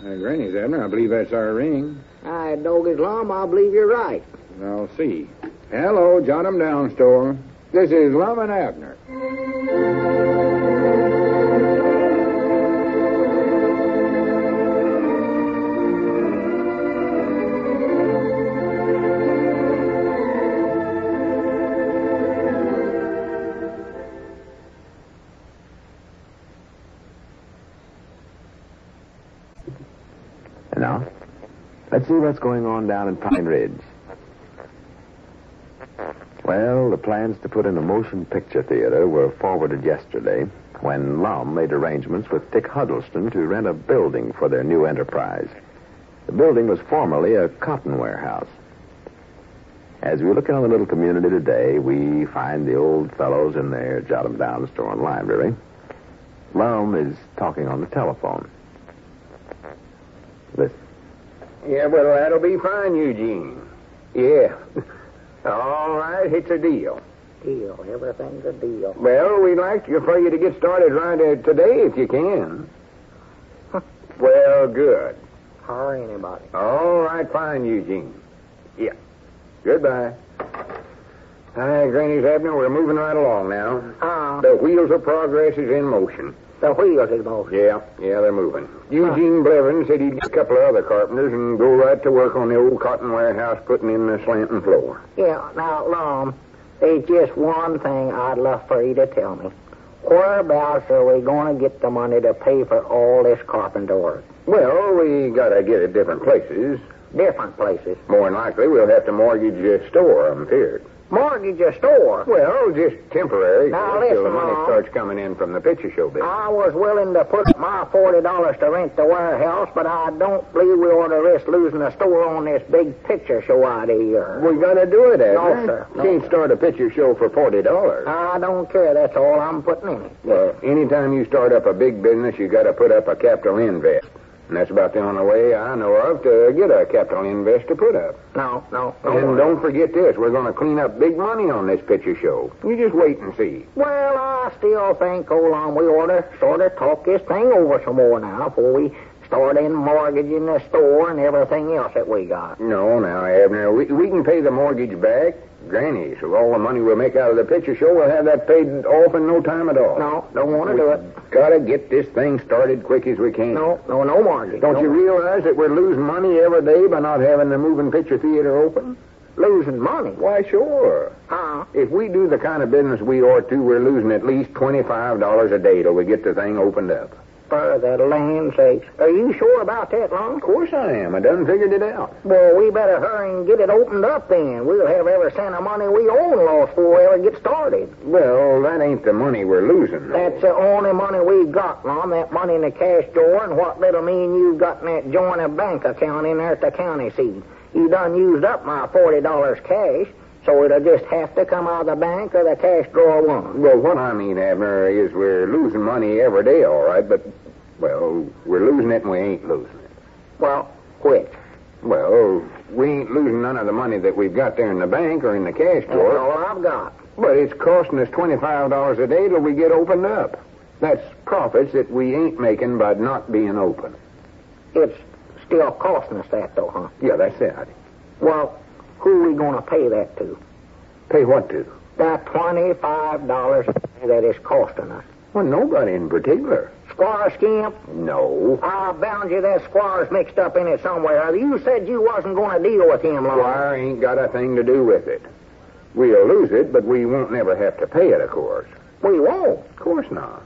Hey, Rennie's Abner. I believe that's our ring. I dog Islam, I believe you're right. I'll see. Hello, John 'em Down Store. This is Lum and Abner. And now, let's see what's going on down in Pine Ridge. Well, the plans to put in a motion picture theater were forwarded yesterday when Lum made arrangements with Dick Huddleston to rent a building for their new enterprise. The building was formerly a cotton warehouse. As we look in on the little community today, we find the old fellows in their jot 'em down store and library. Lum is talking on the telephone. Listen. Yeah, well, that'll be fine, Eugene. Yeah. All right, it's a deal. Deal. Everything's a deal. Well, we'd like to, for you to get started right uh, today if you can. well, good. Hire anybody. All right, fine, Eugene. Yeah. Goodbye. Hi, Granny's Abner. We're moving right along now. Ah. The wheels of progress is in motion. The wheels is motion. Oh, Yeah, yeah, they're moving. Eugene Blevin said he'd get a couple of other carpenters and go right to work on the old cotton warehouse putting in the slanting floor. Yeah, now, Lom, there's just one thing I'd love for you to tell me. Whereabouts are we going to get the money to pay for all this carpenter work? Well, Oh, we gotta get it different places. Different places. More than likely, we'll have to mortgage a store, I'm feared. Mortgage a store. Well, just temporary. Now, until the listen, money Mom. Ah. starts coming in from the picture show business. I was willing to put up my $40 to rent the warehouse, but I don't believe we ought to risk losing a store on this big picture show idea. here. we gotta do it, No, Abner. sir. No, Can't sir. Ah. start a picture show for forty dollars. I don't care. That's all I'm putting in it. Well, anytime you start up a big business, you got to put up a capital invest. And that's about the only way I know of to get a capital invest to put up. No, no, no. And don't forget this, we're going to clean up big money on this picture show. You just wait and see. Well, I still think, Olam, we ought to sort of talk this thing over some more now before we start in mortgaging the store and everything else that we got. No, now, Abner, we, we can pay the mortgage back. Granny, so all the money we'll make out of the picture show, we'll have that paid off in no time at all. No, don't want to do it. Gotta get this thing started quick as we can. No, no, no mortgage. Don't no. you realize that we're losing money every day by not having the moving picture theater open? losing money? Uh-huh. Why, sure. Huh? If we do the kind of business we ought to, we're losing at least $25 a day till we get the thing opened up. For the land sakes. Are you sure about that, Long? Of course I am. I done figured it out. Well, we better hurry and get it opened up then. We'll have every cent of money we own lost before we ever get started. Well, that ain't the money we're losing. though. That's the only money we got, Mom. That money in the cash drawer and what little me and you got in that joint bank account in there at the county seat. You done used up my forty dollars cash, so it'll just have to come out of the bank or the cash drawer one. Well, what I mean, Abner, is we're losing money every day, all right, but, well, we're losing it and we ain't losing it. Well, quit. Well, we ain't losing none of the money that we've got there in the bank or in the cash That's drawer. all I've got. But it's costing us $25 a day till we get opened up. That's profits that we ain't making by not being open. It's still costing us that though, huh? Yeah, that's it. Well, who we gonna pay that to? Pay what to? That twenty-five dollars that is costing us? Well, nobody in particular. Squire Skimp? No. I bound you that squire's mixed up in it somewhere. You said you wasn't going to deal with him, Lord. Squire ain't got a thing to do with it. We'll lose it, but we won't never have to pay it, of course. We won't? Of course not.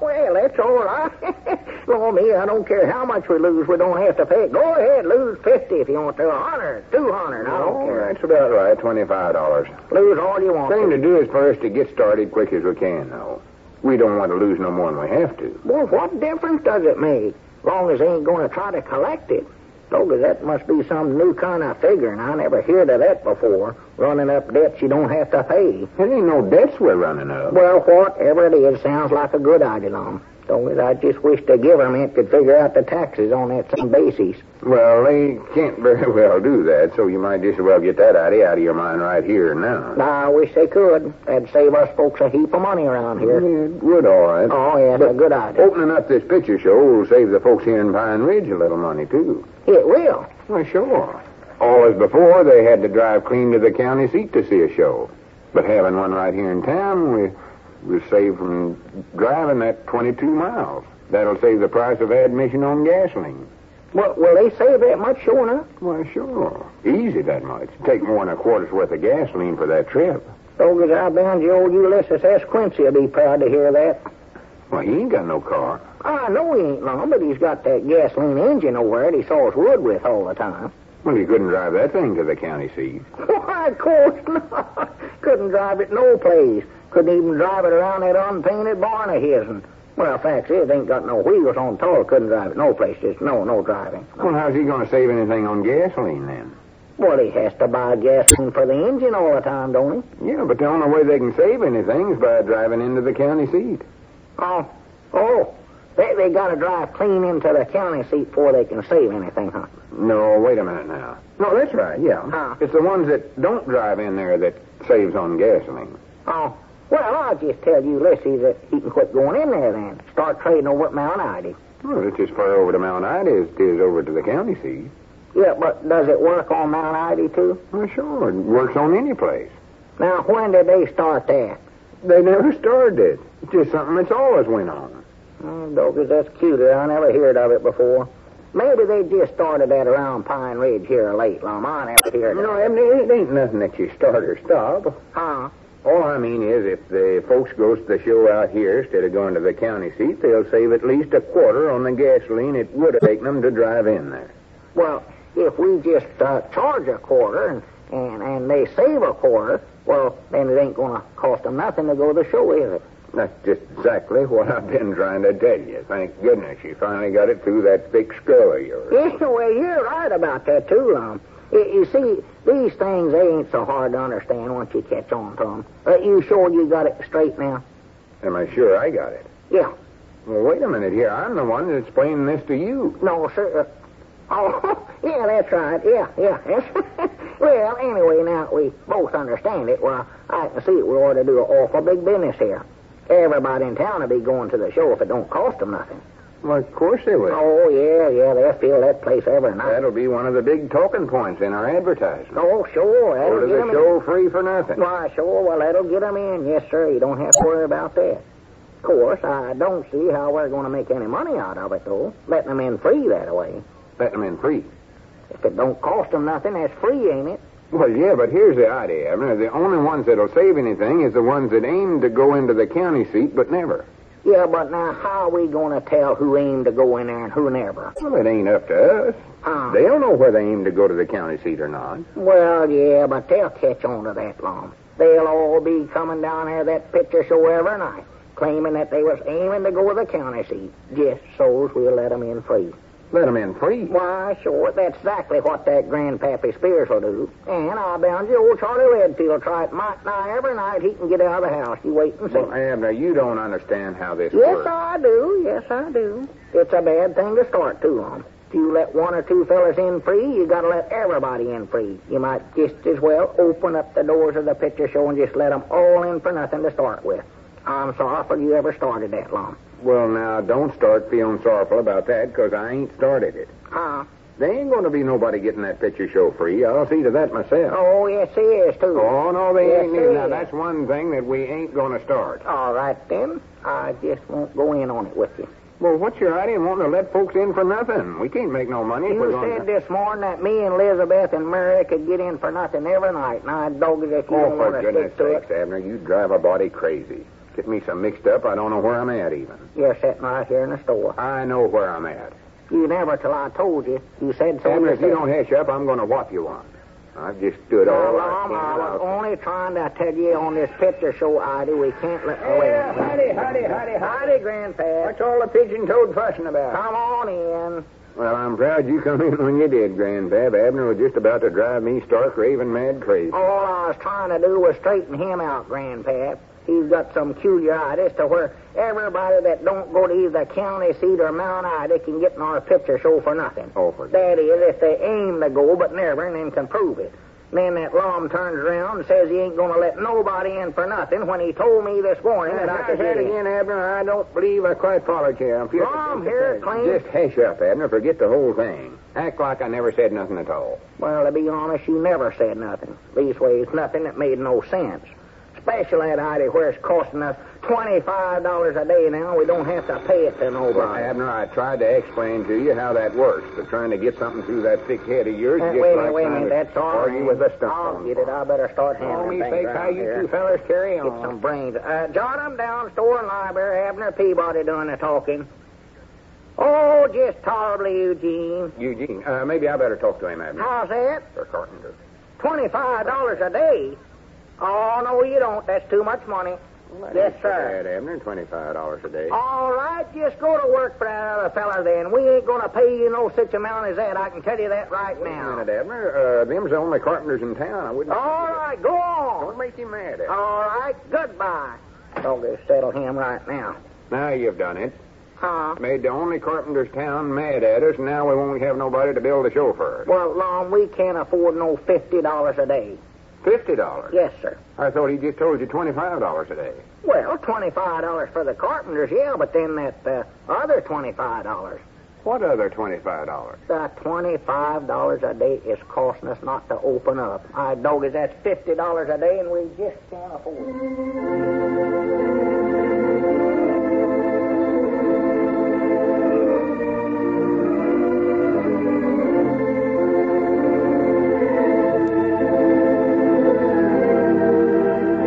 well, that's all right. Lord me, I don't care how much we lose, we don't have to pay it. Go ahead, lose fifty if you want to. A hundred, two hundred, I don't care. That's about right, twenty-five dollars. Lose all you want. Thing to do is for us to get started quick as we can, though. We don't want to lose no more than we have to. Well, what difference does it make? Long as they ain't going to try to collect it. Toga, that must be some new kind of figuring. I never heard of that before. Running up debts you don't have to pay. There ain't no debts we're running up. Well, whatever it is, sounds like a good idea, Long. Toga, I just wish the government could figure out the taxes on that same basis. Well, they can't very well do that, so you might just as well get that idea out of your mind right here and now. I wish they could. That'd save us folks a heap of money around here. It would, all right. Oh, yeah, that's a good idea. Opening up this picture show will save the folks here in Pine Ridge a little money, too. It will. Well, sure. All as before, they had to drive clean to the county seat to see a show. But having one right here in town, we we saved from driving that 22 miles. That'll save the price of admission on gasoline. Well, will they save that much showing up? Why, sure. Easy that much. Take more than a quarter's worth of gasoline for that trip. So as I bound you, old Ulysses S. Quincy will be proud to hear that. Well, he ain't got no car. I know Ah, he ain't long, but he's got that gasoline engine over there that he saws wood with all the time. Well, he couldn't drive that thing to the county seat. Why, of course not. Couldn't drive it no place. Couldn't even drive it around that unpainted barn of his. And, well, fact is, it ain't got no wheels on it at all. Couldn't drive it no place. Just no, no driving. Well, how's he going to save anything on gasoline then? Well, he has to buy gasoline for the engine all the time, don't he? Yeah, but the only way they can save anything is by driving into the county seat. Oh, oh. They, they got to drive clean into the county seat before they can save anything, huh? No, wait a minute now. No, that's right, yeah. It's the ones that don't drive in there that saves on gasoline. Oh. Well, I'll just tell Ulysses that he can quit going in there then. Start trading over at Mount Ida. Well, it's as far over to Mount Ida as it is over to the county seat. Yeah, but does it work on Mount Ida, too? Well, sure. It works on any place. Now, when did they start that? They never started it. It's just something that's always went on. Oh, Dogus, that's cuter. I never heard of it before. Maybe they just started that around Pine Ridge here late, Lum. I never heard of it. No, I mean, it ain't nothing that you start or stop. Huh? All I mean is, if the folks goes to the show out here instead of going to the county seat, they'll save at least a quarter on the gasoline it would have taken them to drive in there. Well, if we just uh, charge a quarter and, and and they save a quarter, well, then it ain't going to cost them nothing to go to the show, is it? That's just exactly what I've been trying to tell you. Thank goodness you finally got it through that thick skull of yours. Yeah, well, you're right about that, too, Lum. You, you see, these things, they ain't so hard to understand once you catch on to 'em. But you sure you got it straight now? Am I sure I got it? Yeah. Well, wait a minute here. I'm the one that's explaining this to you. No, sir. Oh, yeah, that's right. Yeah, yeah. That's... well, anyway, now we both understand it. Well, I can see we ought to do an awful big business here. Everybody in town will be going to the show if it don't cost 'em nothing. Well, of course they will. Oh, yeah, yeah. They'll fill that place every night. That'll be one of the big talking points in our advertisement. Oh, sure. That'll Go to the show free for nothing. Why, sure. Well, that'll get 'em in. Yes, sir. You don't have to worry about that. Of course, I don't see how we're going to make any money out of it, though. Letting 'em in free that way. Letting 'em in free? If it don't cost 'em nothing, that's free, ain't it? Well, yeah, but here's the idea. I mean, the only ones that'll save anything is the ones that aim to go into the county seat but never. Yeah, but now how are we going to tell who aimed to go in there and who never? Well, it ain't up to us. They don't know whether they aim to go to the county seat or not. Well, yeah, but they'll catch on to that long. They'll all be coming down there that picture show every night, claiming that they was aiming to go to the county seat, just so's we'll let 'em in free. Let 'em in free? Why, sure. That's exactly what that grandpappy Spears will do. And I bound you, old Charlie Redfield try it might now every night he can get out of the house. You wait and see. Well, Abner, you don't understand how this yes, works. Yes, I do. Yes, I do. It's a bad thing to start too on. If you let one or two fellas in free, you gotta let everybody in free. You might just as well open up the doors of the picture show and just let 'em all in for nothing to start with. I'm sorrowful you ever started that long. Well, now, don't start feeling sorrowful about that, because I ain't started it. Huh? There ain't going to be nobody getting that picture show free. I'll see to that myself. Oh, yes, he is, too. Oh, no, they ain't. neither. Now, that's one thing that we ain't going to start. All right, then. I just won't go in on it with you. Well, what's your idea in wanting to let folks in for nothing? We can't make no money if we're You going said this morning that me and Elizabeth and Mary could get in for nothing every night. Now, I dog it if you Oh, don't for want to goodness stick to sakes, it. Abner, you drive a body crazy. Get me so mixed up, I don't know where I'm at even. You're sitting right here in the store. I know where I'm at. You never till I told you. You said so. Abner, if you yourself. don't hush up, I'm going to whop you one. I've just stood Now, all Mom, I was I only trying to tell you on this picture show idea we can't let can. well, howdy, howdy, howdy, Howdy, Grandpa. What's all the pigeon-toed fussing about? Come on in. Well, I'm proud you come in when you did, Grandpap. Abner was just about to drive me stark raving mad crazy. All I was trying to do was straighten him out, Grandpap. He's got some peculiar ideas to where everybody that don't go to either county seat or Mount Ida can get in our picture show for nothing. Oh, for- That is, if they aim to go but never and then can prove it. Then that lom turns around and says he ain't going to let nobody in for nothing when he told me this morning that I How's could get that in. again, Abner? I don't believe I quite followed you. I'm furious. Mom, here it claims- Just hash up, Abner. Forget the whole thing. Act like I never said nothing at all. Well, to be honest, you never said nothing. Leastways, nothing that made no sense. Especially that idea where it's costing us $25 a day now. We don't have to pay it to Well, nobody. Abner, I tried to explain to you how that works, but trying to get something through that thick head of yours Uh, just wait a like minute, wait a trying minute. to That's all. argue with a stump. I'll on get it. I better start For handling me things sakes, around how you here. two fellas carry Get some on. brains. Uh, jot 'em down, store and library. Abner Peabody doing the talking. Oh, just tolerably, Eugene. Eugene, uh, maybe I better talk to him, Abner. How's that? Or Carpenter. Twenty-five dollars a day? Oh no, you don't. That's too much money. yes, sir. That, Abner, $25 a day. All right, just go to work for that other feller then. We ain't gonna pay you no such amount as that. I can tell you that right Wait a now. minute, Abner. Uh, them's the only carpenters in town. I wouldn't... Oh. All right, go on. Don't make him mad, Abner. All right, goodbye. I'll just settle him right now. Now you've done it. Huh? Made the only carpenter's town mad at us, and now we won't have nobody to build a show for us. Well, Lon, we can't afford no fifty dollars a day. Fifty dollars. Yes, sir. I thought he just told you twenty-five dollars a day. Well, twenty-five dollars for the carpenters, yeah, but then that uh, other twenty-five dollars. What other twenty-five dollars? The uh, twenty-five dollars a day is costing us not to open up. I dog is that's fifty dollars a day, and we just can't afford it.